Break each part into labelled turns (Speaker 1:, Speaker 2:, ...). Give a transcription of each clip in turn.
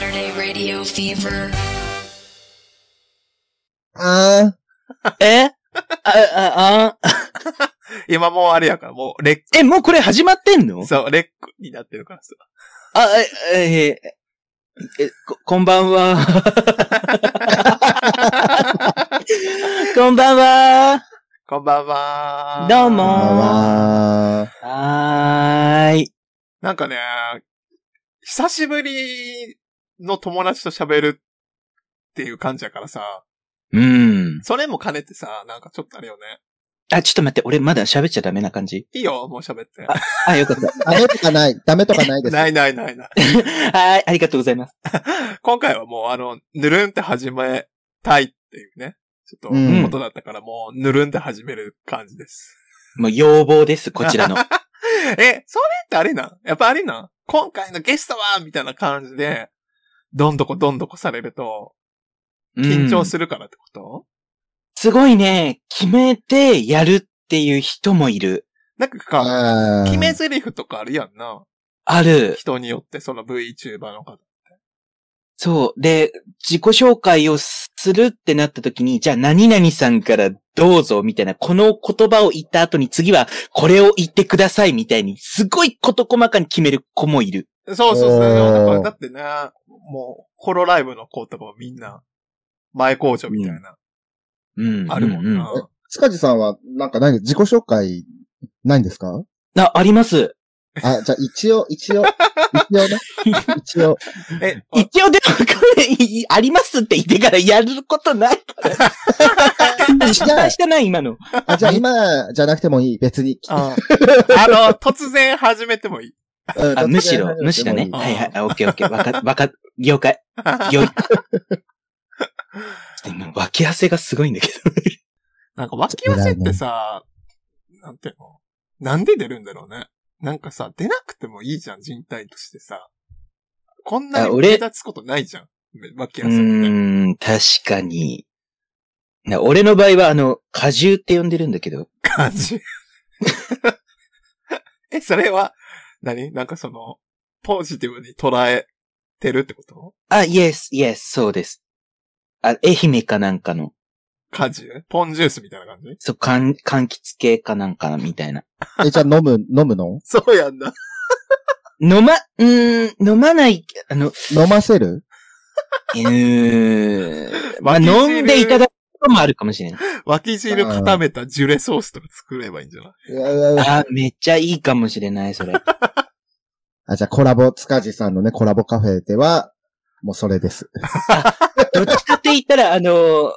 Speaker 1: Radio Fever.
Speaker 2: あ
Speaker 3: えあ、あ、あ、
Speaker 4: 今もうあれやから、もう、レッ
Speaker 3: え、もうこれ始まってんの
Speaker 4: ク、そう、レックになってるからさ。
Speaker 3: あ、え、え、え、えこ、こんばんは。 こんばんは。
Speaker 4: こんばんは。
Speaker 3: どう
Speaker 2: ー
Speaker 3: も
Speaker 2: あー。
Speaker 3: はーい。
Speaker 4: なんかね、久しぶりの友達と喋るっていう感じやからさ、
Speaker 3: うん。
Speaker 4: それも兼ねてさ、なんかちょっとあれよね。
Speaker 3: あ、ちょっと待って、俺まだ喋っちゃダメな感じ
Speaker 4: いいよ、もう喋って。
Speaker 3: あ、よかった。
Speaker 2: ダメとかない、ダメとかないです。
Speaker 4: ないないないない。
Speaker 3: はい、ありがとうございます。
Speaker 4: 今回はもうあの、ぬるんって始めたいっていうね、ちょっと
Speaker 2: うん
Speaker 4: ことだったから、もうぬるんって始める感じです。
Speaker 3: もう要望です、こち らの。
Speaker 4: え、それってあれなんやっぱあれなん今回のゲストはみたいな感じで、どんどこどんどこされると、緊張
Speaker 3: る。
Speaker 4: するからってこと、
Speaker 3: すごいね、決めてやるっていう人もいる。
Speaker 4: なんか
Speaker 2: あー
Speaker 4: 決め台詞とかあるやんな。
Speaker 3: ある。
Speaker 4: 人によって、その VTuber の方。
Speaker 3: そう。で、自己紹介をするってなった時に、じゃあ何々さんからどうぞみたいな、この言葉を言った後に次はこれを言ってくださいみたいに、すごい事細かに決める子もいる。
Speaker 4: そうそうそう。
Speaker 2: おー
Speaker 4: だからだってね、もう、ホロライブの子とかもみんな、前工場みたいな、
Speaker 3: うん。
Speaker 4: あるもんな。
Speaker 3: うう
Speaker 2: 塚地さんは、なんか何、自己紹介、ないんですか
Speaker 3: あ、あります。
Speaker 2: あ、じゃあ一応、一応、一応ね。一応。
Speaker 4: え、あ
Speaker 3: 一応でも、これ、いいありますって言ってからやること ないから。失敗したな、今の。
Speaker 2: あ、じゃあ今、じゃなくてもいい。別に。
Speaker 4: ああの、突然始めてもいい。
Speaker 2: うん
Speaker 3: あ、むしろ、むしろね。
Speaker 4: あ
Speaker 3: はいはい。あ、オッケーオッケー。わか、わか、了解。 了解。今、脇汗がすごいんだけど。
Speaker 4: なんか、脇汗ってさ、なんていうのなんで出るんだろうね。なんかさ、出なくてもいいじゃん、人体としてさ。こんな
Speaker 3: あ
Speaker 4: に
Speaker 3: 俺
Speaker 4: 目立つことないじゃん。脇
Speaker 3: う
Speaker 4: 汗って。
Speaker 3: ーん、確かに。な俺の場合は、あの、果汁って呼んでるんだけど、
Speaker 4: 感じ。 え、それは何、なんかその、ポジティブに捉えてるってこと
Speaker 3: あ、イエス、イエス、そうです。あ、愛媛かなんかの、
Speaker 4: 果汁ポンジュースみたいな感じ
Speaker 3: そう、かん、柑橘系かなんかみたいな。
Speaker 2: え、じゃあ飲む、飲むの
Speaker 4: そうやんな。
Speaker 3: 飲ま、うーん、飲まない、あの、
Speaker 2: 飲ませる
Speaker 3: う ーん、まあ、
Speaker 4: 脇汁
Speaker 3: 飲んでいただくこともあるかもしれない。
Speaker 4: 脇汁固めたジュレソースとか作ればいいんじゃないう
Speaker 2: わうわうわ
Speaker 3: あ、めっちゃいいかもしれない、それ。
Speaker 2: あ、じゃあコラボ、塚地さんのね、コラボカフェでは、もうそれです。
Speaker 3: どっちかって言ったら、あの、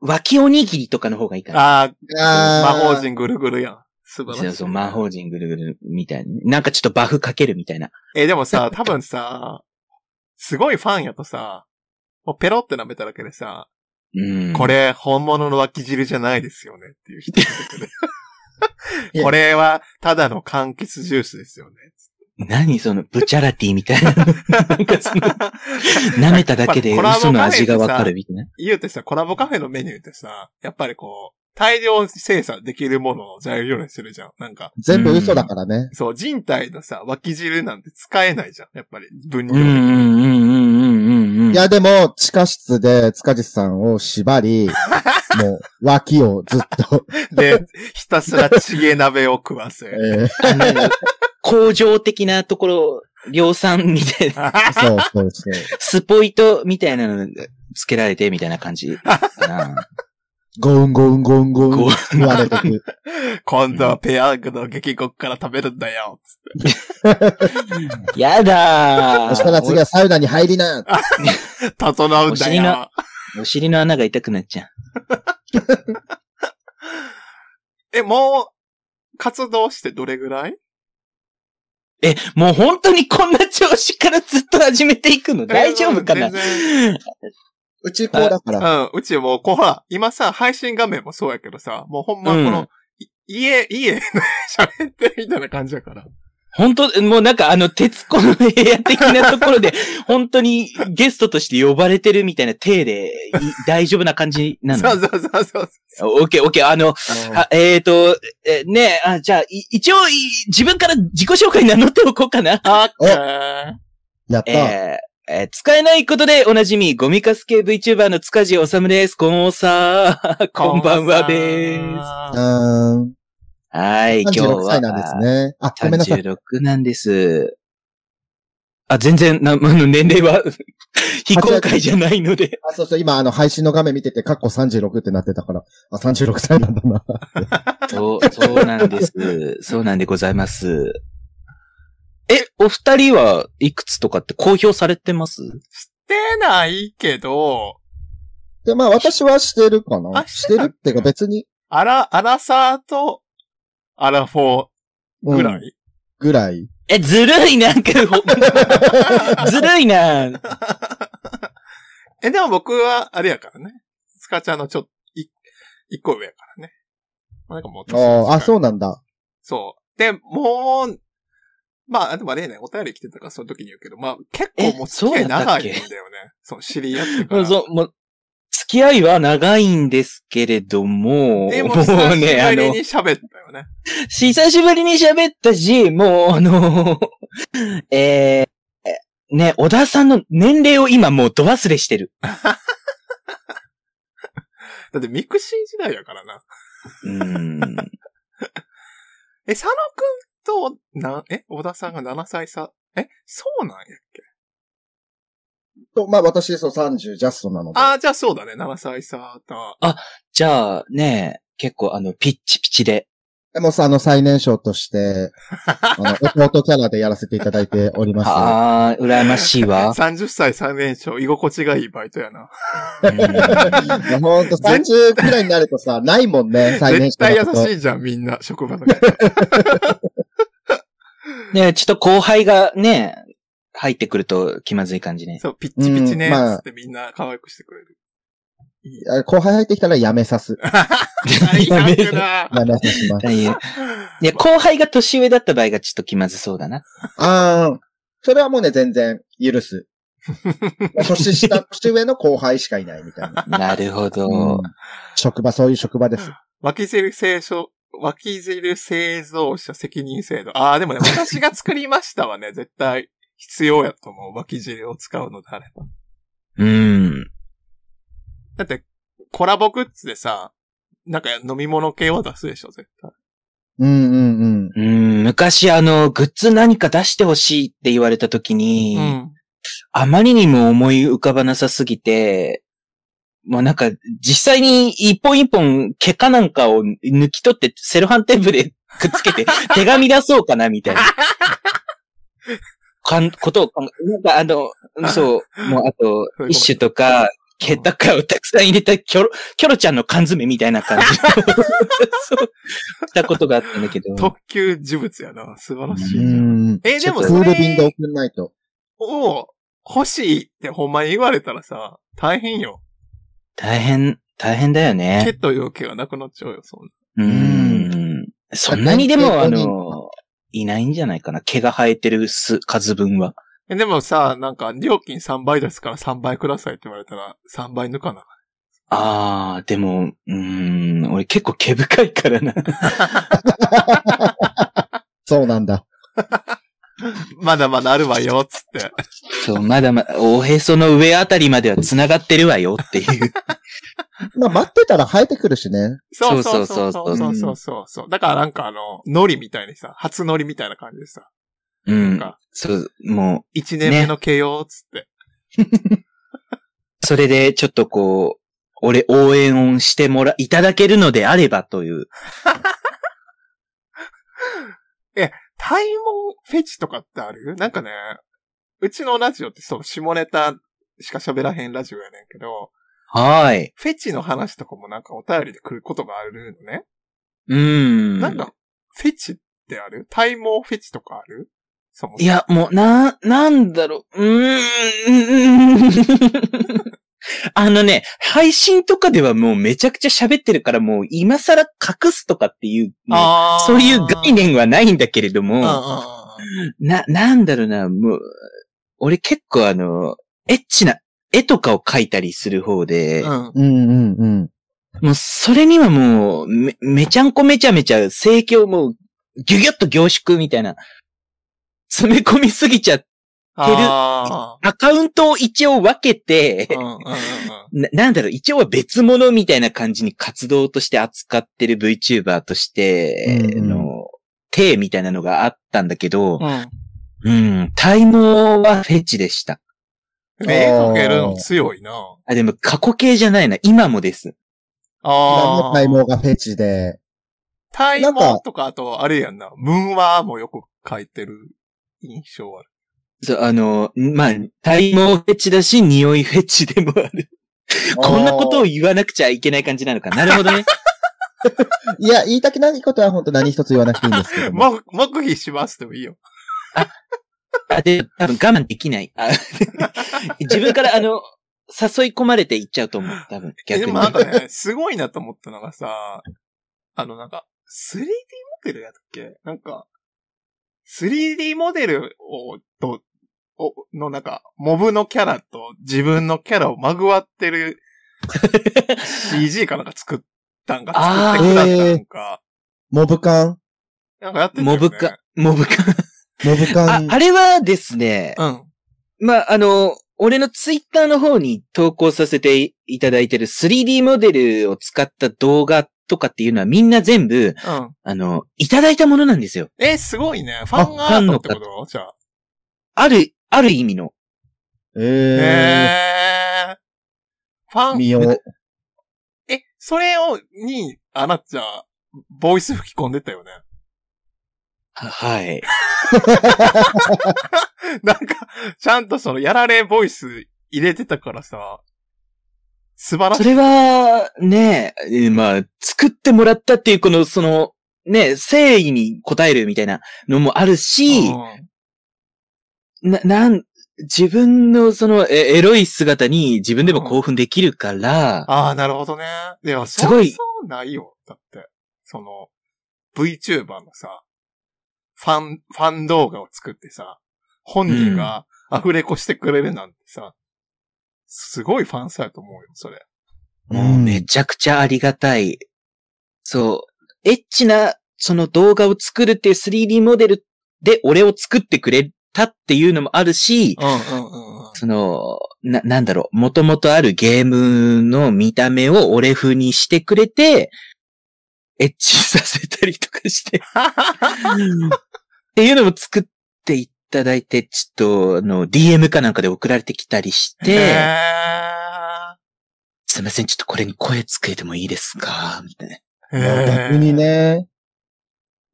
Speaker 3: 脇おにぎりとかの方がいいかな。
Speaker 4: ああ、
Speaker 2: あ
Speaker 4: 魔法
Speaker 2: ー
Speaker 4: 人ぐるぐるやん。素晴
Speaker 3: そ
Speaker 4: ら
Speaker 3: う
Speaker 4: しい。
Speaker 3: そう、魔法陣ぐるぐるみたいな。なんかちょっとバフかけるみたいな。
Speaker 4: え、でもさ、多分さ、すごいファンやとさ、もうペロって舐めただけでさ、
Speaker 3: うん。
Speaker 4: これ本物の脇汁じゃないですよねっていう人出てく
Speaker 2: い
Speaker 4: る。
Speaker 2: や
Speaker 4: これはただの柑橘ジュースですよね。
Speaker 3: 何その、ブチャラティみたい な。なんかその、舐めただけで
Speaker 4: コラボ
Speaker 3: 嘘の味がわか
Speaker 4: カフ
Speaker 3: る
Speaker 4: ェでさ
Speaker 3: みたいな。
Speaker 4: 言うてさ、コラボカフェのメニューってさ、やっぱりこう、大量生産できるものを材料にするじゃん。なんか、
Speaker 2: 全部嘘だからね。
Speaker 4: そう、人体のさ、脇汁なんて使えないじゃん。やっぱり、分量
Speaker 3: うん
Speaker 4: 的
Speaker 3: うんうん
Speaker 4: に。
Speaker 3: うんうんうん。
Speaker 2: いや、でも、地下室で塚地さんを縛り、 もう、脇をずっと、
Speaker 4: で、ひたすらちげ鍋を食わせ
Speaker 2: え。ー
Speaker 3: あの、工場的なところ、量産み たいな、
Speaker 2: そうそうそう。
Speaker 3: スポイトみたいなのつけられてみたいな感じかな。
Speaker 2: ゴウンゴウンゴウンゴウ
Speaker 3: ゴウ
Speaker 2: ン、言われてく。
Speaker 4: 今度はペヤングの激獄から食べるんだよ。
Speaker 3: やだー
Speaker 2: そしたら次はサウナに入りな。
Speaker 4: 整うん
Speaker 3: お
Speaker 4: だ
Speaker 3: 尻の
Speaker 4: よ。
Speaker 3: お尻の穴が痛くなっちゃう。
Speaker 4: え、もう、活動してどれぐらい
Speaker 3: え、もう本当にこんな調子からずっと始めていくの大丈夫かな
Speaker 4: え全然
Speaker 2: うちこうだから。
Speaker 4: うん、うちもう、こうほら、今さ、配信画面もそうやけどさ、もうほんまこの、
Speaker 3: うん
Speaker 4: い家、家で 喋ってるみたいな感じやから。
Speaker 3: 本当、もうなんかあの、徹子の部屋的なところで、 本当にゲストとして呼ばれてるみたいな体で、い大丈夫な感じな
Speaker 4: そ
Speaker 3: の
Speaker 4: うそうそうそう。
Speaker 3: オッケーオッケー、あの、
Speaker 2: うん
Speaker 3: あえっ、と、えねえあ、じゃあ、い一応い自分から自己紹介名乗っておこうかな。
Speaker 4: あっ
Speaker 2: お
Speaker 4: けー。
Speaker 2: やった。
Speaker 3: えーえー使えないことでおなじみ、ゴミカス系 VTuber の塚地治です。こんさー。 こんばんはで
Speaker 2: う
Speaker 3: ーす。
Speaker 4: す。
Speaker 2: ーん。
Speaker 3: はい、今日
Speaker 2: 36
Speaker 3: は。
Speaker 2: 歳なんですね。あ、ごめんなさい。
Speaker 3: 36なんです。あ、全然、な、あ の、年齢は、非公開じゃないので。
Speaker 2: あ、そうそう、今、あの、配信の画面見てて、カッコ36ってなってたから、あ、36歳なんだな。
Speaker 3: そう、そうなん です。そうなんでございます。え、お二人はいくつとかって公表されてます
Speaker 4: 出ないけど、
Speaker 2: で、まあ、私はしてるかな。
Speaker 4: あ
Speaker 2: し
Speaker 4: しててた
Speaker 2: るっていうか、別に、
Speaker 4: アラ、アラサーと、アラフォー
Speaker 2: うん
Speaker 4: ぐらい。
Speaker 2: ぐら い。
Speaker 3: え、ずるいなんか、ほずるいな。
Speaker 4: え、でも僕は、あれやからね。スカちゃんのちょっと、い一個上やからね。なんかもう
Speaker 2: あーあ、
Speaker 4: う。
Speaker 2: そうなんだ。
Speaker 4: そう。で、もう、まあ、でもあれやね、お便り来てたからその時に言うけど、まあ、結
Speaker 3: え
Speaker 4: 構もう付き合い
Speaker 3: そうだった
Speaker 4: 長
Speaker 3: っ
Speaker 4: いん
Speaker 3: け
Speaker 4: だよね。そう、知り合ってか
Speaker 3: もう
Speaker 4: ら。
Speaker 3: そう、もう、付き合いは長いんですけれども、
Speaker 4: でも、
Speaker 3: も
Speaker 4: 久しぶ
Speaker 3: うね、あ
Speaker 4: り
Speaker 3: の
Speaker 4: に、喋ったよね。
Speaker 3: 久しぶりに喋ったし、もう、あの、えー、ね、小田さんの年齢を今もうど忘れしてる。
Speaker 4: だってミクシー時代やからな。
Speaker 3: うーん。
Speaker 4: え、佐野くんと、な、え、小田さんが7歳差。え、そうなんやっけ
Speaker 2: と、まあ、私、そう、30ジャストなので。
Speaker 4: ああ、じゃあそうだね、7歳差だ。
Speaker 3: じゃあ、ね、結構あの、ピッチピチで。
Speaker 2: でもさ、あの、最年少と して、あの、弟キャラでやらせていただいております。
Speaker 3: ああ、羨ましい わ。
Speaker 4: 30歳3年少、居心地がいいバイトやな。
Speaker 3: うん
Speaker 2: いや、ほんと、30くらいになるとさ、ないもんね、最年
Speaker 4: 絶
Speaker 2: 少の
Speaker 4: 対
Speaker 2: こ
Speaker 4: 優
Speaker 2: と。
Speaker 4: しいじゃん、みんな、職場 の人。
Speaker 3: ね、ちょっと後輩がね、入ってくると気まずい感じね。
Speaker 4: そう、ピッチピチ
Speaker 2: う
Speaker 4: ね、
Speaker 2: んまあ
Speaker 4: つってみんな可愛くしてくれる。いい
Speaker 2: あ後輩入ってきたらやめさ す。
Speaker 4: 最悪だ。
Speaker 2: やめさします。
Speaker 3: いや、 いや後輩が年上だった場合がちょっと気まずそうだな。
Speaker 2: あー、それはもうね、全然、許す。 年下、年上の後輩しかいないみた いな。
Speaker 3: なるほど。
Speaker 2: うん職場、そういう職場です。
Speaker 4: 脇汁清書、脇汁製造者責任制度。ああ、でもね、私が作りました はね、絶対必要やと思う。脇汁を使うのであれば。
Speaker 3: うん。
Speaker 4: だって、コラボグッズでさ、なんか飲み物系は出すでしょ、絶対。
Speaker 2: うんうんうん。
Speaker 3: うん、昔あの、グッズ何か出してほしいって言われた時に、
Speaker 4: うん。
Speaker 3: あまりにも思い浮かばなさすぎて、もうなんか、実際に一本一本、毛かなんかを抜き取って、セロハンテープでくっつけて、手紙出そうかな、みたいな。かん、ことを考え、なんかあの、そう、もうあと
Speaker 4: そういうこと、
Speaker 3: 一種とか、毛とかをたくさん入れたキョロ、キョロちゃんの缶詰みたいな感じのそう、したことがあったんだけど。
Speaker 4: 特級呪物やな。素晴らし
Speaker 2: う
Speaker 4: いじゃん。
Speaker 2: ん。
Speaker 4: えー、でも
Speaker 2: ク
Speaker 4: そ
Speaker 2: ール便で送
Speaker 4: れ
Speaker 2: んないと。
Speaker 4: を欲しいってほんまに言われたらさ、大変よ。
Speaker 3: 大変、大変だよ
Speaker 4: 毛
Speaker 3: ね。
Speaker 4: という毛がなくなっちゃうよ、そんな。
Speaker 3: うん。そんなにでも、あの、いないんじゃないかな。毛が生えてる数数分は。
Speaker 4: え、でもさ、なんか、料金3倍ですから3倍くださいって言われたら、3倍抜かな。
Speaker 3: あー、でも、うーん、俺結構毛深いからな。
Speaker 2: そうなんだ。
Speaker 4: まだまだあるわよ、つって。
Speaker 3: そう、まだまだ、おへその上あたりまでは繋がってるわよっていう。
Speaker 2: まあ、待ってたら生えてくるしね。
Speaker 4: そうそうそ
Speaker 3: そ
Speaker 4: うそう
Speaker 3: そ
Speaker 4: うそう
Speaker 2: そ
Speaker 4: うそううそうそう。だからなんかあの、海苔みたいにさ、初海苔みたいな感じでさ、
Speaker 3: う
Speaker 4: なん
Speaker 3: ん
Speaker 4: か。
Speaker 3: そう、も
Speaker 4: 1年目の慶よつって。
Speaker 3: う、それでちょっとこう、俺応援をしてもら、いただけるのであればという。
Speaker 4: 体毛フェチとかってあるなんかね、うちのラジオってそう、下ネタしか喋らへんラジオやねんけど、
Speaker 3: はーい。
Speaker 4: フェチの話とかもなんかお便りで来ることがあるのね。
Speaker 3: うーん。
Speaker 4: なんか、フェチってある体毛フェチとかあるそもそも
Speaker 3: いや、もう、な、なんだろう、うーん。 あのね、配信とかではもうめちゃくちゃ喋ってるから、もう今更隠すとかっていう、
Speaker 4: あー
Speaker 3: そういう概。念はないんだけれど
Speaker 4: うんうん
Speaker 3: も、
Speaker 4: うん
Speaker 3: な、なんだろうな、もう、俺結構あの、エッチな絵とかを描いたりする方で、
Speaker 4: うんうん。
Speaker 2: うんうんうん。
Speaker 3: もうそれにはもう、め、めちゃんこめちゃめちゃ、盛況もう、ギュギュッと凝縮みたいな、詰め込みすぎちゃっ
Speaker 4: あ
Speaker 3: アカウントを一応分けて
Speaker 4: ー、うんうんうんうん
Speaker 3: ななんだろう、一応は別物みたいな感じに活動として扱ってる VTuber として
Speaker 2: うんうん
Speaker 3: の、体みたいなのがあったんだけど、
Speaker 4: うん。
Speaker 3: うん、体能はフェチでした。
Speaker 4: 絵描けるの強いな
Speaker 3: あ、でも過去形じゃないな、今もです。
Speaker 4: ああ。
Speaker 2: 体毛がフェチで、
Speaker 4: 体
Speaker 2: なんか
Speaker 4: 毛とか、あと、あれやんな。ムーンワーもよく書いてる印象ある。
Speaker 3: そう、あの、まあ、体毛フェチだし、匂いフェチでもある。こんなことを言わなくちゃいけない感じなのか。なるほどね。
Speaker 2: いや、言いたくないことは本当何一つ言わなくていいんですけども。
Speaker 4: ま、黙秘しますでもいいよ。
Speaker 3: あ、で、多分我慢できない。あ 自分から、あの、誘い込まれていっちゃうと思う。多分、
Speaker 4: え
Speaker 3: 逆
Speaker 4: で
Speaker 3: に
Speaker 4: も。なんかね、 すごいなと思ったのがさ、あのなんか、3D モデルやったっけなんか、3D モデルを、と、おのなんか、モブのキャラと自分のキャラをまぐわってる CG かなんか作った んか、作ってくだったんか、
Speaker 2: モブ感
Speaker 4: なんかやってたよね
Speaker 3: モブか。、モブか。
Speaker 2: モブ
Speaker 3: あ、
Speaker 2: 感
Speaker 3: あれはですね、
Speaker 4: うん。
Speaker 3: まあ、あの、俺のツイッターの方に投稿させていただいてる 3D モデルを使った動画とかっていうのはみんな全部、
Speaker 4: うん。
Speaker 3: あの、いただいたものなんですよ。
Speaker 4: え、すごいね。ファンアートってことじゃあ。
Speaker 3: ある、ある意味の。
Speaker 2: え
Speaker 4: へー。フ
Speaker 2: ー
Speaker 4: ァン
Speaker 2: 見よう。
Speaker 4: え、それを、に、あなっちゃん、ボイス吹き込んでたよね。
Speaker 3: は、はい。
Speaker 4: なんか、ちゃんとその、やられボイス入れてたからさ、素晴らし
Speaker 3: それ
Speaker 4: い。
Speaker 3: は、ね、えまあ、作ってもらったっていう、この、その、ね、誠意に応えるみたいなのもあるし、
Speaker 4: うん
Speaker 3: な、なん、自分のその、えエロい姿に自分でも興奮できるから、
Speaker 4: ああ、なるほどね。では、
Speaker 3: すご
Speaker 4: そう、
Speaker 3: い
Speaker 4: そうないよ。だって、その、VTuber のさ、ファン、ファン動画を作ってさ、本人がアフレコしてくれるなんてさ、すごいファンさやと思うよ、それ。
Speaker 3: もうめちゃくちゃありがたい。そう。エッチな、その動画を作るっていう 3D モデルで俺を作ってくれたっていうのもあるし、
Speaker 4: うんうんうん うん。
Speaker 3: その、な、なんだろう、もともとあるゲームの見た目を俺風にしてくれて、エッチさせたりとかして、っていうのも作っていただいて、ちょっと、あの、DM かなんかで送られてきたりして、すいません、ちょっとこれに声つけてもいいですかみたいな。
Speaker 4: え
Speaker 2: まあ逆にね、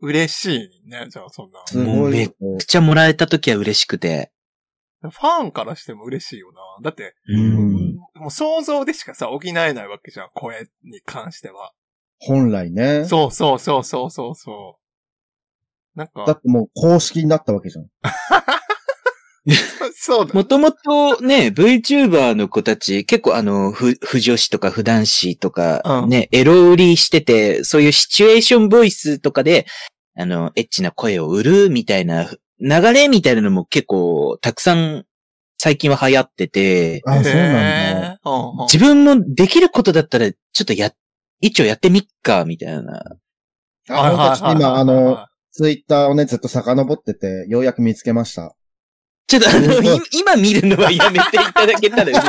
Speaker 4: 嬉しいね、じゃあそんな。
Speaker 2: すごいよ。
Speaker 3: めっちゃもらえた時は嬉しくて。
Speaker 4: ファンからしても嬉しいよな。だって、
Speaker 2: う
Speaker 3: う。
Speaker 2: んん
Speaker 4: もう想像でしかさ、補えないわけじゃん、声に関しては。
Speaker 2: 本来ね。
Speaker 4: そうそうそうそうそうそう。なん
Speaker 2: だ
Speaker 4: か
Speaker 2: っ、てもう公式になったわけじゃん。
Speaker 4: そうだ。
Speaker 3: もともとね、VTuber の子たち、結構あの、不、不女子とか不男子とか
Speaker 4: う、ん
Speaker 3: ね、エロ売りしてて、そういうシチュエーションボイスとかで、あの、エッチな声を売るみたいな、流れみたいなのも結構、たくさん、最近は流行ってて、
Speaker 2: あ、そうなんだ。
Speaker 4: へーうんうん
Speaker 3: 自分もできることだったら、ちょっとや、一応やってみっか、みたいな。
Speaker 4: はいはい
Speaker 2: あ、私
Speaker 4: はいはい
Speaker 2: 今、あ の、
Speaker 4: は
Speaker 2: ツイッターをね、ずっと遡ってて、ようやく見つけました。
Speaker 3: ちょっとあの、い今見るのはやめていただけたら嬉しい。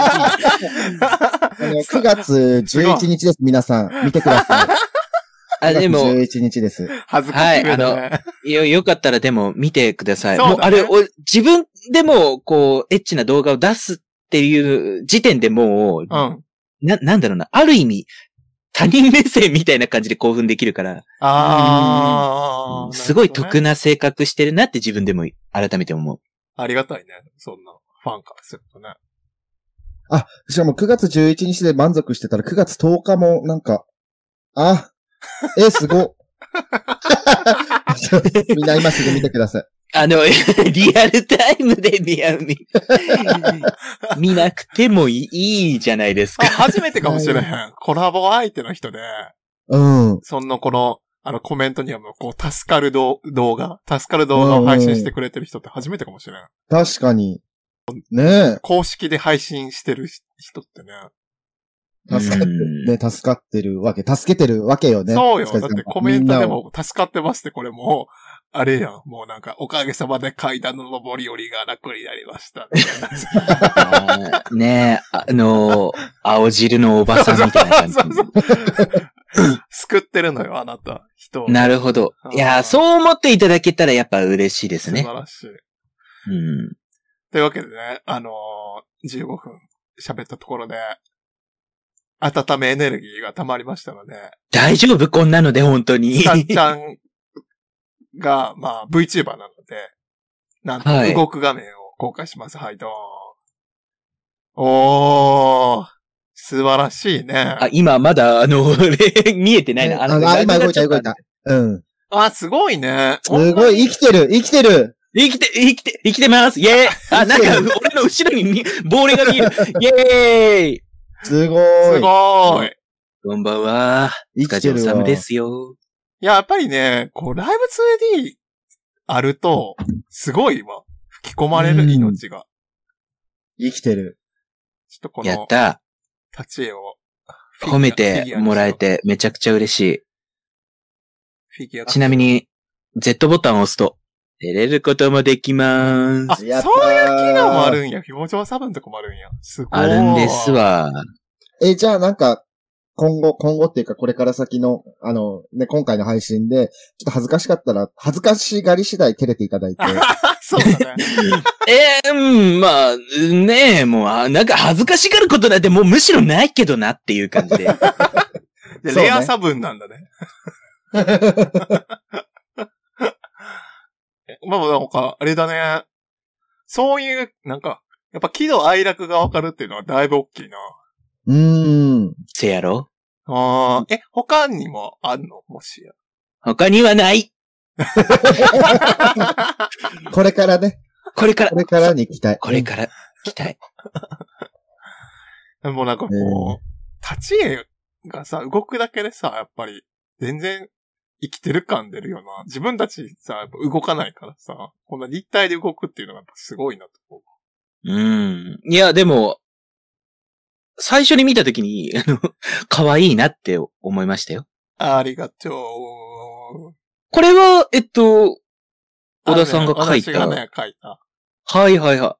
Speaker 2: あの9月11日です、皆さん。見てください。
Speaker 3: あ、でも、
Speaker 2: 9月11日です。
Speaker 4: い恥ずかしいけどね。
Speaker 3: よ、よかったらでも見てください。
Speaker 4: そ
Speaker 3: も
Speaker 4: うだね
Speaker 3: うあれ、お自分でも、こう、エッチな動画を出すっていう時点でもう、
Speaker 4: うん。
Speaker 3: な、なんだろうな、ある意味、他人目線みたいな感じで興奮できるから、
Speaker 4: ああ、
Speaker 3: すごい
Speaker 4: なるほどね
Speaker 3: 得な性格してるなって自分でも改めて思う。
Speaker 4: ありがたいね。そんな、ファンからするとね。
Speaker 2: しかも9月11日で満足してたら9月10日もなんか、あ、え、すご。 みんな今すぐ見てください。
Speaker 3: あ の、リアルタイムで見やみ、見なくてもいいいいじゃないです
Speaker 4: あ、
Speaker 3: か。
Speaker 4: 初めてかもしれへん。コラボ相手の人で、
Speaker 2: うん。
Speaker 4: そのこの、あのコメントにはもう、こう、助かる動動画、助かる動画を配信してくれてる人って初めてかもしれん。
Speaker 2: 確かに。ね
Speaker 4: 公式で配信してるし人ってね。
Speaker 2: え。助かって、
Speaker 3: うん
Speaker 2: ね、助かってるわけ。助けてるわけよね。
Speaker 4: そうよ。
Speaker 2: 塚地
Speaker 4: だ
Speaker 2: さ
Speaker 4: っ
Speaker 2: ん
Speaker 4: てコメントでも、助かってますって、これもう、あれやん。もうなんか、おかげさまで階段の上り下りが楽になりました。
Speaker 3: あーねえ、あのー、青汁のおばさんみたいな 感じ。
Speaker 4: 救ってるのよ、あなた。人を。
Speaker 3: なるほど
Speaker 4: あ。ー
Speaker 3: いやー、そう思っていただけたらやっぱ嬉しいです
Speaker 4: 素
Speaker 3: ね
Speaker 4: 晴。らしい。
Speaker 3: うん。
Speaker 4: というわけでね、あのー、15分喋ったところで、温めエネルギーが溜まりましたので、
Speaker 3: 大丈夫こんなので、本当に。
Speaker 4: さっちゃんが、まあ、VTuber なので、なん
Speaker 3: はい
Speaker 4: と動く画面を公開します。はい、どーん。おー、素晴らしいね。
Speaker 3: あ、今まだ、あの、見えてないな。
Speaker 2: ああ、今動いた動い。
Speaker 3: の
Speaker 2: た。うん。
Speaker 4: あ、すごいね。
Speaker 2: すごい、生きてる生きてる
Speaker 3: 生きて、生きて、生きてますイェー イあ、なんか、俺の後ろにみ、亡霊が見える。イェーイ
Speaker 2: すご
Speaker 4: す
Speaker 2: い。
Speaker 4: ごい。
Speaker 3: こんばんは。
Speaker 2: 生
Speaker 3: 塚
Speaker 2: きて
Speaker 3: 地
Speaker 2: る
Speaker 3: 治
Speaker 2: わ。
Speaker 3: ですよ。
Speaker 4: いや、やっぱりね、こう、ライブ 2D あると、すごいわ。吹き込まれ
Speaker 2: う
Speaker 4: る
Speaker 2: ん
Speaker 4: 命が。
Speaker 2: 生きてる。
Speaker 4: ちょっとこ
Speaker 3: や
Speaker 4: の
Speaker 3: っ、た。
Speaker 4: 立ち絵を。
Speaker 3: 褒めてもらえてめちゃくちゃ嬉しい。
Speaker 4: フィギュア。
Speaker 3: ちなみに、Z ボタンを押すと、出れることもできまー
Speaker 4: あ、
Speaker 3: す。
Speaker 4: そういう
Speaker 2: や
Speaker 4: 機
Speaker 2: ったー
Speaker 4: 能もあるんや。表情差分とかもあるんや。すごい。
Speaker 3: あるんです。わ。
Speaker 2: え、じゃあなんか、今後、今後っていうか、これから先の、あの、ね、今回の配信で、ちょっと恥ずかしかったら、恥ずかしがり次第照れていた だいて。
Speaker 4: そうだね。
Speaker 3: えー、うん、まあ、ねえ、もう、あなんか恥ずかしがることなんてもうむしろないけどなっていう感じで。
Speaker 4: で
Speaker 2: そうね
Speaker 4: レア差分なんだ ね。まあまあ、なんか、あれだね。そういう、なんか、やっぱ喜怒哀楽がわかるっていうのはだいぶ大きいな。
Speaker 2: うー ん。
Speaker 3: せやろ
Speaker 4: ああ、え、他にもあんのもし や。
Speaker 3: 他にはない。
Speaker 2: これからね、
Speaker 3: これから
Speaker 2: こ、れからに期待。
Speaker 3: これから、期待。
Speaker 4: もうなんかこう、立ち絵がさ、動くだけでさ、やっぱり、全然、生きてる感出るよな。自分たちさ、やっぱ動かないからさ、こんな立体で動くっていうのがやっぱすごいなと思う。
Speaker 3: うん。いや、でも、最初に見たときに、あの、可愛いなって思いましたよ。
Speaker 4: ありがとう。
Speaker 3: これは、えっと、小田さんが書いた
Speaker 4: あのね私がね、書いた。
Speaker 3: はいはいは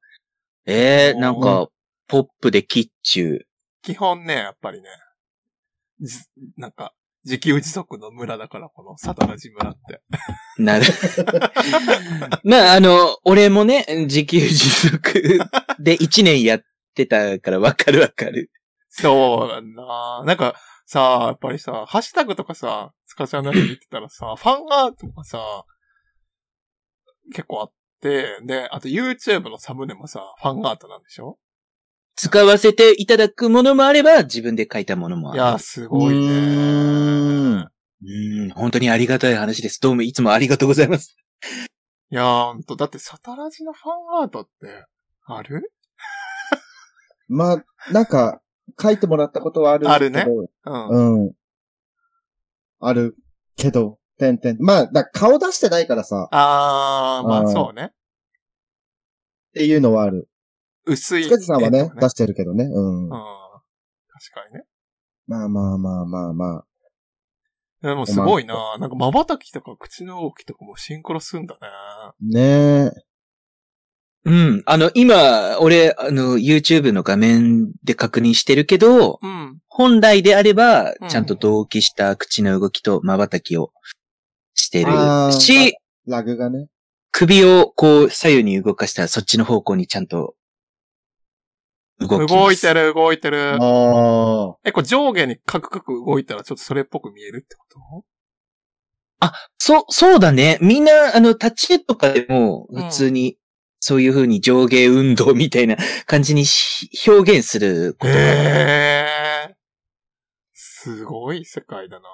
Speaker 3: い。えー、
Speaker 4: おー
Speaker 3: なんか、ポップでキッチュー。
Speaker 4: 基本ね、やっぱりね、じなんか、自給自足の村だから、このサタラジ村って。
Speaker 3: なる。 まあ、あの、俺もね、自給自足で1年やってたからわかるわかる。
Speaker 4: そうだななんか、さやっぱりさ、ハッシュタグとかさ、つかちゃんのやつ見てたらさ、ファンアートがさ、結構あって、で、あと YouTube のサムネもさ、ファンアートなんでしょ
Speaker 3: 使わせていただくものもあれば、自分で書いたものもあ
Speaker 4: い
Speaker 3: る。
Speaker 4: や、すごいね。
Speaker 3: うん、本当にありがたい話です。どうもいつもありがとうございます。
Speaker 4: いやー、ほんと、だってサタラジのファンアートって、ある
Speaker 2: まあ、なんか、書いてもらったことはあるけど。
Speaker 4: あるねうん。
Speaker 2: うん。あるけど、てんてん。まあ、だ顔出してないからさ、っ
Speaker 4: あー、まあそうね。
Speaker 2: ていうのはある。
Speaker 4: 薄い、
Speaker 2: つかじさんは
Speaker 4: 絵
Speaker 2: ね
Speaker 4: と、か
Speaker 2: 出してるけどね。うん。
Speaker 4: うん。確かにね。
Speaker 2: まあまあまあまあまあ。
Speaker 4: でもすごいななんか瞬きとか口の動きとかもシンクロすんだね。
Speaker 2: ねえ。
Speaker 3: うん。あの、今、俺、あの、YouTube の画面で確認してるけど、
Speaker 4: うん。
Speaker 3: 本来であれば
Speaker 4: うん、
Speaker 3: ちゃんと同期した口の動きと瞬きをしてる
Speaker 2: あー
Speaker 3: し、
Speaker 2: ラグがね。
Speaker 3: 首をこう左右に動かしたらそっちの方向にちゃんと動きます。
Speaker 4: 動いてる、動いてる。
Speaker 2: ああ。
Speaker 4: え、これ上下にカクカク動いたらちょっとそれっぽく見えるってこ
Speaker 3: そう、そうだね。みんな、あの、立ち絵とかでも普通にそういう風に上下運動みたいな 感じにし表現することとが、
Speaker 4: へえー。すごい世界だな。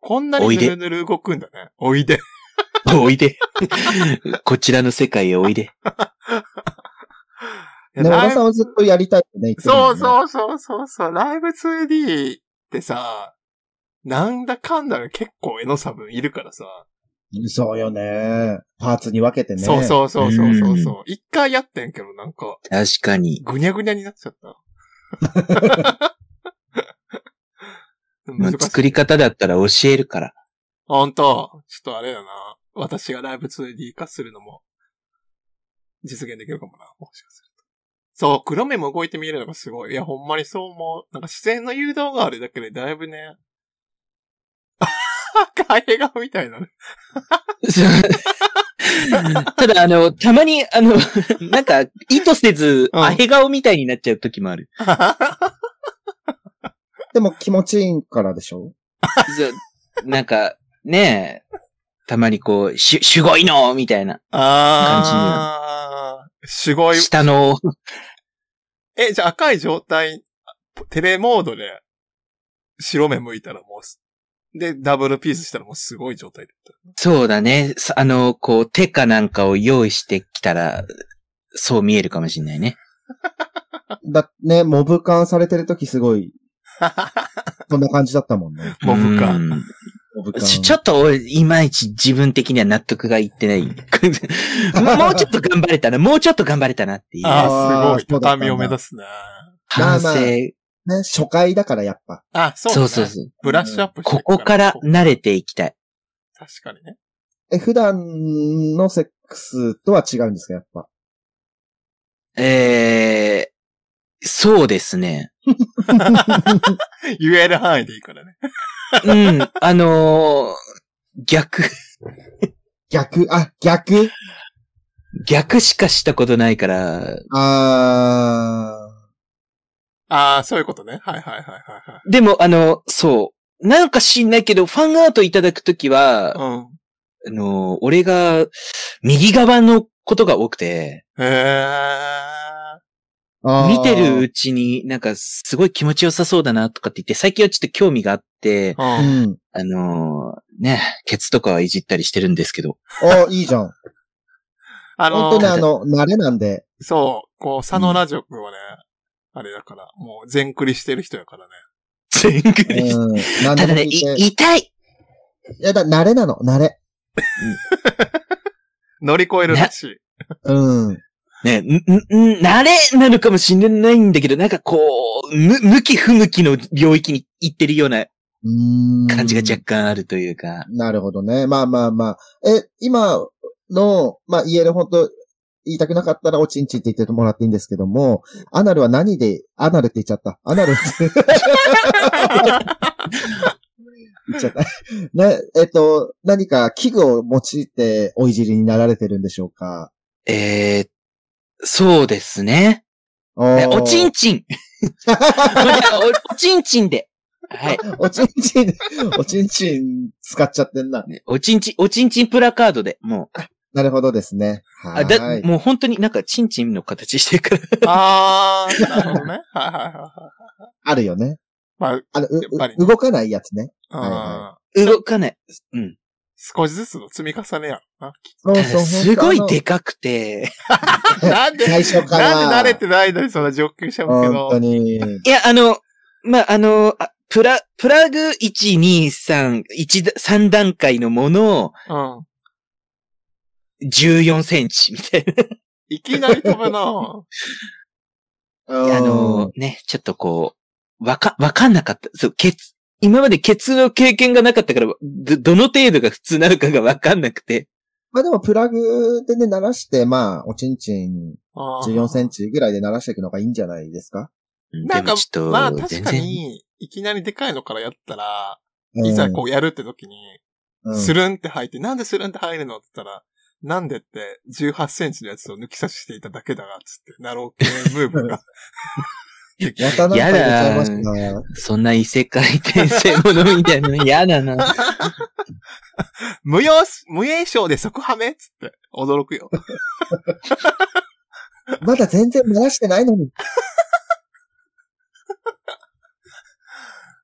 Speaker 4: こんな
Speaker 3: お
Speaker 4: に
Speaker 3: いで
Speaker 4: ぬるぬる動くんだね。おいで。
Speaker 3: おいで。 こちらの世界へおいで。
Speaker 2: でも、おばさん
Speaker 4: ライ
Speaker 2: はずっとやりたいよね。
Speaker 4: ブそう
Speaker 2: う。
Speaker 4: そうそうそうそう。ライブ 2D ってさ、なんだかんだで結構絵の差分いるからさ。
Speaker 2: そうよね。パーツに分けてね。
Speaker 4: そう
Speaker 2: う。
Speaker 4: そうそうそうそうそう。一回やってんけど、なんか、
Speaker 3: 確かに。
Speaker 4: ぐにゃぐにゃになっちゃった。
Speaker 3: もう
Speaker 4: 難しい
Speaker 3: 作り方だったら教えるから。
Speaker 4: ほんと、ちょっとあれだな。私がライブ 2D 化するのも、実現できるかもな、もしかすると。そう、黒目も動いて見えるのがすごい。いや、ほんまにそう思う。なんか視線の誘導があるだけでだいぶね、 映画みたいな ね。
Speaker 3: ただ、あの、たまに、あの、なんか、意図せず、
Speaker 4: うん
Speaker 3: アヘ顔みたいになっちゃう時もある。
Speaker 2: でも気持ちいいからでしょ
Speaker 3: そうなんか、ねえ、たまにこう、しゅ、しゅごいのみたいな。
Speaker 4: あー。すごい。
Speaker 3: 下の、
Speaker 4: え、じゃあ赤い状態、テレモードで、白目向いたらもうす、で、ダブルピースしたらもうすごい状 態だっ
Speaker 3: そうだね。さあの、こう、手かなんかを用意してきたら、そう見えるかもしれないね。
Speaker 2: だ、ね、モブ感されてるときすごい、
Speaker 4: た。
Speaker 2: こんな感じだったもんね。
Speaker 4: モブか。
Speaker 3: うん
Speaker 2: モブ感。
Speaker 3: ちょちょっと俺、いまいち自分的には納得がいってない。もうちょっと頑張れたな、もうちょっと頑張れたなっていう。
Speaker 4: ああ、
Speaker 2: あー
Speaker 4: すご
Speaker 2: そう
Speaker 4: い。
Speaker 2: だったんだ
Speaker 4: 畳を目指すね。
Speaker 3: 反省
Speaker 2: まあまあ。ね、初回だからやっぱ。
Speaker 4: あ、そう、ね。
Speaker 3: そうそうそう。
Speaker 4: ブラッシュアップして
Speaker 3: こ
Speaker 4: いくら
Speaker 3: こから
Speaker 4: こ
Speaker 3: 慣れていきたい。
Speaker 4: 確かにね。
Speaker 2: え、普段のセックスとは違うんですか、やっぱ。
Speaker 3: えー、そうですね。
Speaker 4: 言える範囲でいいからね。
Speaker 3: うん、あのー逆、
Speaker 2: 逆、あ、逆
Speaker 3: 逆しかしたことないから、
Speaker 2: あ
Speaker 4: ああ、そういうことね。はいはいはいはいはい。
Speaker 3: でも、あの、そう。なんか知んないけど、ファンアートいただくときは、あ
Speaker 4: うん。
Speaker 3: の、俺が、右側のことが多くて、
Speaker 4: へえ。
Speaker 2: ーあー。
Speaker 3: 見てるうちになんかすごい気持ちよさそうだなとかって言って、最近はちょっと興味があって、
Speaker 4: う。
Speaker 2: うんん。
Speaker 3: あのね、ケツとかはいじったりしてるんですけど、
Speaker 2: あいいじゃん。
Speaker 4: あの
Speaker 2: 本当にあの、慣れなんで。
Speaker 4: そう、こう、佐野ラジオ君はね、あれだから、もう全クリしてる人やからね。
Speaker 3: 全然
Speaker 2: うん。何
Speaker 3: た
Speaker 2: でも
Speaker 3: だね、
Speaker 2: 聞い
Speaker 3: い
Speaker 2: て。い
Speaker 3: 痛い
Speaker 2: や、だ、慣れなの、慣れ。
Speaker 4: 乗り越えるらしい。
Speaker 2: うん。
Speaker 3: ね、ん、ん、ん慣れなのかもしれないんだけど、なんかこう、む、向き不向きの領域に行ってるような
Speaker 2: うーん。
Speaker 3: 感じが若干あるというか、
Speaker 2: なるほどね。まあまあまあ。え、今の、まあ言える本当言いたくなかったらおちんちんって言ってもらっていいんですけども、アナルは何で、アナルって言っちゃった。アナルって。 言っちゃった。ね、えっと、何か器具を用いておいじりになられてるんでしょうか
Speaker 3: えー、そうですね。
Speaker 2: お
Speaker 3: えおちん
Speaker 2: ん
Speaker 3: ち んおおちんちんで。はい。
Speaker 2: おちんちん、おちんちん使っちゃってんな。
Speaker 3: おちんちん、おちんちんプラカードで、もう。
Speaker 2: なるほどですね。は
Speaker 3: あだ
Speaker 2: い。
Speaker 3: もう本当になんか、ちんちんの形してるから。
Speaker 4: あ ー、なるほどね。はいはいはいはい。
Speaker 2: あるよね。
Speaker 4: まあ、うん
Speaker 2: あの、う
Speaker 4: やっぱり
Speaker 2: う動かないやつね。はいは
Speaker 3: 動かない。うん。
Speaker 4: 少しずつの積み重ねやろ
Speaker 2: そう
Speaker 3: ただ
Speaker 2: そう
Speaker 3: すごいで
Speaker 2: か
Speaker 3: かくて。
Speaker 4: な。なんで、
Speaker 2: 最初から。
Speaker 4: なんで慣れてないのにそんな上級者向け
Speaker 2: 本当
Speaker 4: の。
Speaker 2: に。
Speaker 3: いや、あの、まあ、あの、あプラ、プラグ1、2、3、1、3段階のものを
Speaker 4: うん。
Speaker 3: 14センチみたい
Speaker 4: いきなり飛 ぶな
Speaker 3: な。あの、ね、ちょっとこう、わか、わかんなかった。そう、ケツ、今までケツの経験がなかったから、ど、どの程度が普通なのかがわかんなくて。
Speaker 2: まあでもプラグでね、鳴らして、まあ、おちんちん14セン
Speaker 4: チ。
Speaker 2: チぐらいで鳴らしていくのがいいんじゃないですか
Speaker 4: な
Speaker 3: で
Speaker 4: んか
Speaker 3: もち、ょ
Speaker 4: まあ
Speaker 3: っと、
Speaker 4: 確
Speaker 3: 全
Speaker 4: か
Speaker 3: 然。
Speaker 4: に、いきなりでかいのからやったら、
Speaker 2: うん
Speaker 4: いざこうやるって時に、
Speaker 2: うん
Speaker 4: スルンって入って、なんでスルンって入るのって言ったら、なんでって、18センチのやつを抜き差ししていただけだが、つって、なろう系ムーブ が。
Speaker 2: 渡辺さん出ちゃいましたね
Speaker 3: そんな異世界転生ものみたいなの嫌だ な。
Speaker 4: 無用、無影賞で即ハメっつって、驚くよ。
Speaker 2: まだ全然鳴らしてないのに。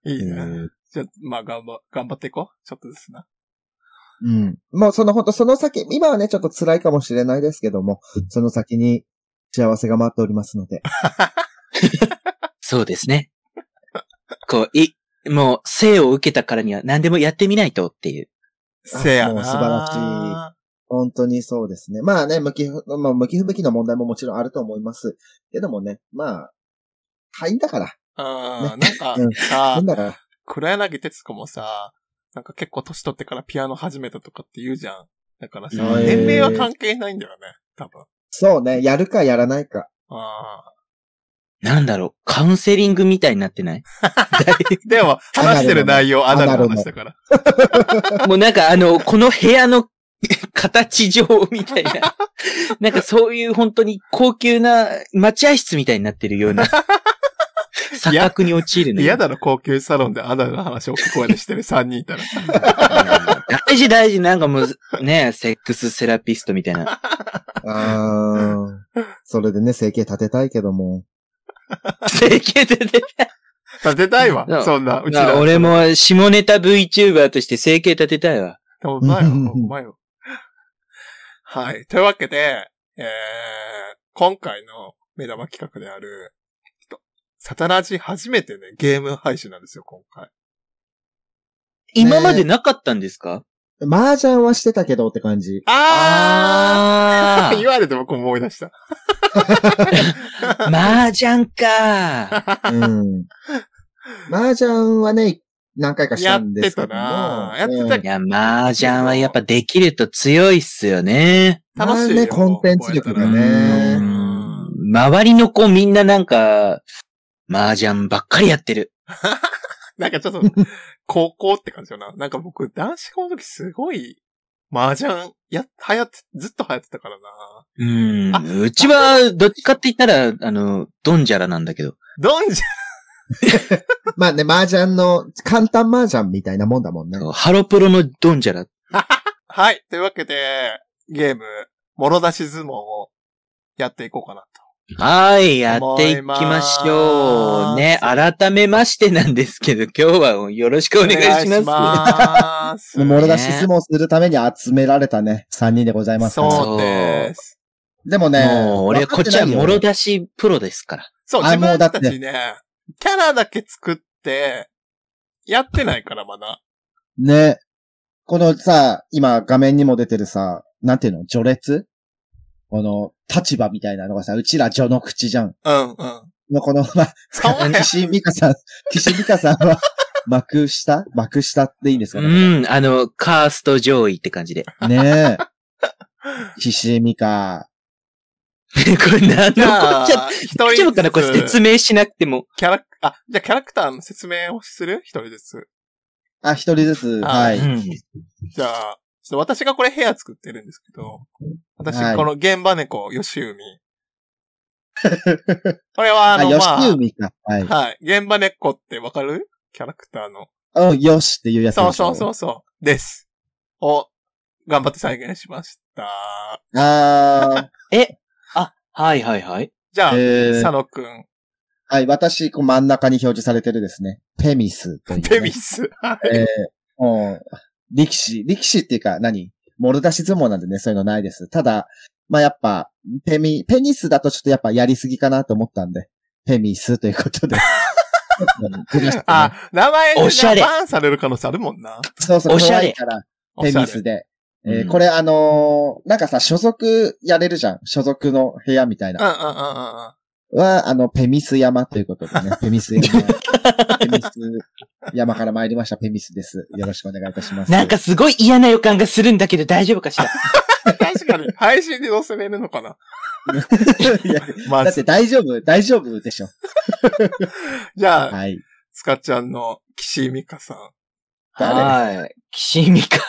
Speaker 4: いいね。
Speaker 3: うん
Speaker 4: じゃあ、まあ、頑張、頑張っていこう。ちょっとですな。
Speaker 2: うん。もうその本当その先、今はね、ちょっと辛いかもしれないですけども、その先に幸せが待っておりますので。
Speaker 3: そうですね。こう、い、もう、生を受けたからには何でもやってみないとっていう。
Speaker 4: せや
Speaker 2: も
Speaker 4: な。
Speaker 2: う素晴ら本当にそうですね。まあね、向き不、まあ、向き不向きの問題ももちろんあると思います。けどもね、まあ、はいんだから。
Speaker 4: うん、なんか
Speaker 2: うん、
Speaker 4: さ
Speaker 2: 変だから。
Speaker 4: 黒柳徹子もさ、なんか結構年取ってからピアノ始めたとかって言うじゃん。だからさ、
Speaker 3: うん
Speaker 4: 年齢は関係ないんだよね、多分。
Speaker 2: そうね。やるかやらないか。
Speaker 4: あ
Speaker 3: なんだろう、カウンセリングみたいになってない
Speaker 4: ーでも、話してる内容、アナルの話だから。
Speaker 3: もうなんかあの、この部屋の 形状みたい な。なんかそういう本当に高級な待合室みたいになってる ような。錯覚に陥るのよ
Speaker 4: 嫌だろ、高級サロンでアナルの話を大きい声でしてる3人い たら。
Speaker 3: 大事大事、なんかもう、ね、セックスセラピストみたいな。
Speaker 2: あ ー。それでね、生計立てたいけども。
Speaker 3: 整形出て
Speaker 4: 立てたいわ
Speaker 3: いや、
Speaker 4: そんな、うち
Speaker 3: まあ
Speaker 4: ら。
Speaker 3: 俺も下ネタ VTuber として整形立てたいわ。
Speaker 4: お前 よ、
Speaker 2: うん
Speaker 4: お前よ。はい。というわけで、えー、今回の目玉企画である、ちょっとサタラジ初めてね、ゲーム配信なんですよ、今回。
Speaker 3: 今までなかったんですか、
Speaker 2: 麻雀はしてたけどって感じ。
Speaker 4: あ
Speaker 3: あ
Speaker 4: ー 言われて僕も思い出した。
Speaker 3: あ麻雀か
Speaker 2: うん。麻雀はね、何回かしたんですけども。
Speaker 4: やってたなやってた
Speaker 3: いや、麻雀はやっぱできると強いっすよね。
Speaker 4: 楽しいよ。
Speaker 2: まあねコンテンツ力だね
Speaker 3: う
Speaker 4: うんん
Speaker 3: 周りの子みんななんか、麻雀ばっかりやってる。
Speaker 4: なんかちょ っと、高校って感じよな。なんか僕、男子校の時すごい、麻雀、や、流行って、ずっと流行ってたからな。
Speaker 3: うん
Speaker 4: あ。
Speaker 3: うちは、どっちかって言ったら、あの、ドンジャラなんだけど。
Speaker 4: ドンジ
Speaker 2: うんまあね、麻雀の、簡単麻雀みたいなもんだもんね。
Speaker 3: ハロプロのドンジャラ。
Speaker 4: はい。というわけで、ゲーム、もろ出し相撲をやっていこうかな
Speaker 3: はい、やっていきましょう。ね、改めましてなんですけど、今日はよろしくお
Speaker 4: と。
Speaker 3: 願いします。
Speaker 4: ます
Speaker 2: もろ出し相撲するために集められたね、3人でございますから。
Speaker 4: そうです。
Speaker 2: でもね、
Speaker 3: もう、俺、
Speaker 2: 分
Speaker 3: こ
Speaker 2: か
Speaker 3: ってち
Speaker 2: な
Speaker 3: はい
Speaker 2: よ
Speaker 3: もろ出しプロですから。
Speaker 4: そう、
Speaker 2: あ
Speaker 4: 自
Speaker 2: も
Speaker 4: 分
Speaker 2: うだったて
Speaker 4: ちね、キャラだけ作って、やってないからまだ。
Speaker 2: ね。このさ、今画面にも出てるさ、なんていうの序列この、立場みたいなのがさ、うちら序の口じゃん。
Speaker 4: うんうん。
Speaker 2: のこの、まあ、
Speaker 4: そうだよ
Speaker 2: 岸美香さん、岸美香さ んは、幕下幕下っていいんですか
Speaker 3: う
Speaker 2: ね、
Speaker 3: ん、あの、カースト上位って感じで。 こ
Speaker 2: ねえ。岸美香。
Speaker 3: れ何
Speaker 4: じゃ
Speaker 3: のこ
Speaker 4: あ、
Speaker 3: っちゃ、
Speaker 4: 一
Speaker 3: 大丈
Speaker 4: 人
Speaker 3: 夫かなこれ
Speaker 4: ず
Speaker 3: 説
Speaker 4: つ、
Speaker 3: 明しなくても。
Speaker 4: キャラク、あ、じゃあキャラクターの説明をする一人ずつ。
Speaker 2: あ、一人ずつ、
Speaker 4: あ
Speaker 2: は
Speaker 3: う
Speaker 2: い。
Speaker 3: ん。
Speaker 4: じゃあ、ちょっと私がこれ部屋作ってるんですけど、私、
Speaker 2: はい
Speaker 4: この現場猫、吉海。これは、あ
Speaker 2: あ、
Speaker 4: の、
Speaker 2: 吉
Speaker 4: ま
Speaker 2: 久美か。はい。
Speaker 4: あ、はい。現場猫ってわかるキャラクターの。
Speaker 2: うん、よしっていうやつでしょ。
Speaker 4: そうそうそうそう。です。を、頑張って再現しました。
Speaker 2: あ
Speaker 3: え、あ、はいはいはい。
Speaker 4: じ ゃあ、
Speaker 2: ー、えー
Speaker 4: 佐野くん、
Speaker 2: はい、私、こう真ん中に表示されてるですね。ペミスという、ね。
Speaker 4: ペミス。 はい
Speaker 2: えー、うん。力士、力士っていうか何、モル出し相撲なんでね、そういうのないです。ただ、まあ、やっぱ、ペミ、ペニスだとちょっとやっぱやりすぎかなと思ったんで、ペミスということ で。うん
Speaker 4: あ、名前
Speaker 3: おしゃれ
Speaker 4: がバンされる可能性あるもんな。
Speaker 2: そうそう、
Speaker 3: おし
Speaker 2: 可
Speaker 3: ゃれ
Speaker 2: 愛いから、
Speaker 4: お
Speaker 2: ペ
Speaker 4: しゃ
Speaker 2: ミ
Speaker 4: れ
Speaker 2: ス。で。えー
Speaker 3: うん
Speaker 2: これあのーなんかさ、所属やれるじゃん。所属の部屋みたい
Speaker 4: うん
Speaker 2: な。
Speaker 4: うんうんうんうん。
Speaker 2: は、あの、ペミス山ということでね。ペミス山。 ペミス山から参りました。ペミスです。よろしくお願いいたします。
Speaker 3: な んかすごい嫌な予感がするんだけど大丈夫かしら。
Speaker 4: 確かに、 配信で載せれるのかな。
Speaker 2: いや、
Speaker 4: ま
Speaker 2: だって
Speaker 4: ず、
Speaker 2: 大丈夫、大丈夫でしょ。
Speaker 4: じゃあ、
Speaker 2: はい。
Speaker 4: スカちゃんの岸美香さん。
Speaker 2: 誰
Speaker 3: はい。岸美香。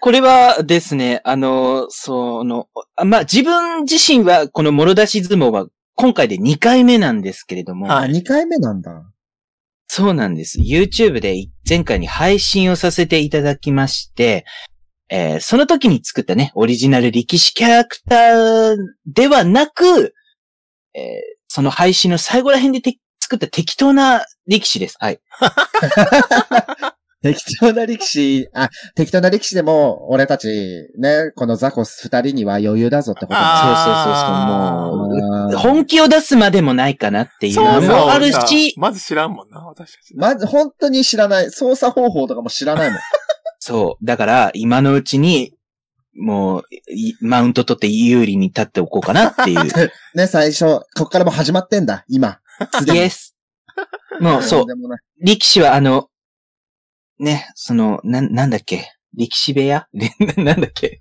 Speaker 3: これはですね、あの、その、あまあ、自分自身はこのもろ出し相撲は今回で2回目なんですけれども、
Speaker 4: は
Speaker 2: あ、
Speaker 4: い
Speaker 2: 2回目なんだ。
Speaker 3: そうなんです。YouTube で前回に配信をさせていただきまして、えーその時に作ったね、オリジナル力士キャラクターではなく、えーその配信の最後ら辺でて作った適当な力士です。はい。
Speaker 2: 適当な力士、あ、適当な力士でも、俺たち、ね、このザコス2人には余裕だぞってことだ。
Speaker 4: あー
Speaker 3: そうそうそうそうもう
Speaker 2: あー
Speaker 3: 本気を出すまでもないかなっていうのもあるし、
Speaker 4: まず知らんもんな、私たち。
Speaker 2: まず、本当に知らない。操作方法とかも知らないもん。
Speaker 3: そう。だから、今のうちに、もう、いマウント取って有利に立っておこうかなって いう。
Speaker 2: ね、最初、こっからもう始まってんだ、今。すで
Speaker 3: イエ
Speaker 2: に。
Speaker 3: ス。もう、そ
Speaker 2: と
Speaker 3: う
Speaker 2: ん。でもない
Speaker 3: 力士はあの、ね、その、な、なんだっけ。歴史部屋 ね、ななんだっけ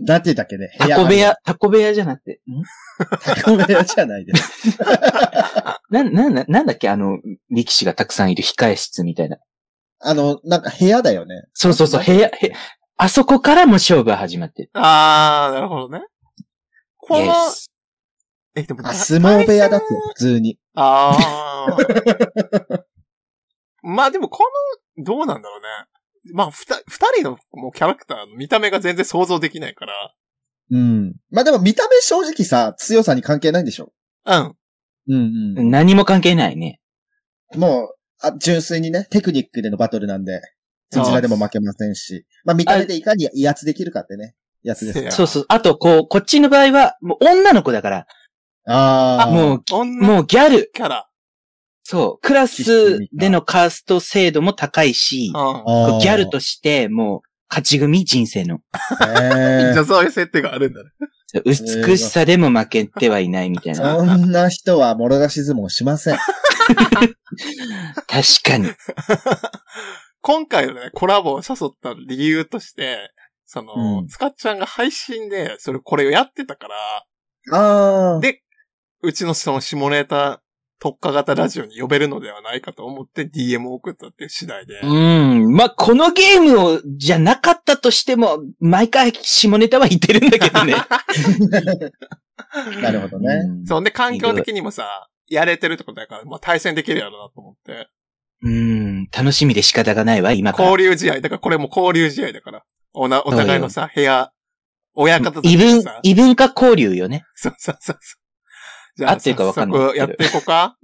Speaker 2: なんて言ったっけね。
Speaker 3: タコ部屋、タコ部屋じゃなくて、ん
Speaker 2: 部屋。タコ部屋じゃないです。
Speaker 3: な、な、ななんだっけあの、力士がたくさんいる控え室みたいな。
Speaker 2: あの、なんか部屋だ よね。
Speaker 3: そうそうそう、部屋、へ、あそこからも勝負は始まってる。
Speaker 4: あー、なるほどね。この、
Speaker 3: Yes
Speaker 4: え、でも、
Speaker 2: あ、相撲部屋だって、普通に。
Speaker 4: ああ。 まあでもこの、どうなんだろうね。まあ、ふた、二人のもうキャラクターの見た目が全然想像できないか
Speaker 2: うん。まあでも見た目正直さ、強さに関係ないんでしょ
Speaker 4: ら。うん。
Speaker 2: うん
Speaker 3: 何も関係ないね。
Speaker 2: ん。もう、あ、純粋にね、テクニックでのバトルなんで、どちらでも負けませんし。まあ見た目でいかに威圧できるかってね、やつです
Speaker 4: い
Speaker 2: よ
Speaker 4: や
Speaker 3: そうそう。あと、こう、こっちの場合は、もう女の子だから、
Speaker 2: ああ。
Speaker 3: も
Speaker 2: う。
Speaker 3: う、
Speaker 4: 女
Speaker 3: もうギャル。
Speaker 4: キャラ。
Speaker 3: そう。クラスでのカースト制度も高いし、
Speaker 4: う
Speaker 3: こうギャルとして、もう、勝ち組人生の。
Speaker 4: ん。
Speaker 2: ね
Speaker 4: じゃあそういう設定があるんだね。
Speaker 3: 美しさでも負けてはいないみたい
Speaker 2: え
Speaker 3: な。
Speaker 2: そんな人はもろ出し相撲しません。
Speaker 3: 確かに。
Speaker 4: 今回のね、コラボを誘った理由として、その、
Speaker 2: うん
Speaker 4: つかっちゃんが配信で、それこれをやってたから、
Speaker 2: ああ。
Speaker 4: でうちのその下ネタ特化型ラジオに呼べるのではないかと思って DM を送ったっていう次第で。
Speaker 3: うん。まあ、このゲームを、じゃなかったとしても、毎回下ネタは言ってるんだけどね。
Speaker 2: なるほどね。
Speaker 3: うん
Speaker 4: そんで環境的にもさ、やれてるってことだから、まあ対戦できるやろうなと思って。
Speaker 3: うん。楽しみで仕方がないわ、今から。
Speaker 4: 交流試合、だからこれも交流試合だから。おな、お互いのさ、部屋、親方た
Speaker 3: 異
Speaker 4: ち
Speaker 3: 文
Speaker 4: さ、、
Speaker 3: 異文化交流よね。
Speaker 4: そうそうそうそう。じ
Speaker 3: 合ってるかわかんない
Speaker 4: 早速やっていこうか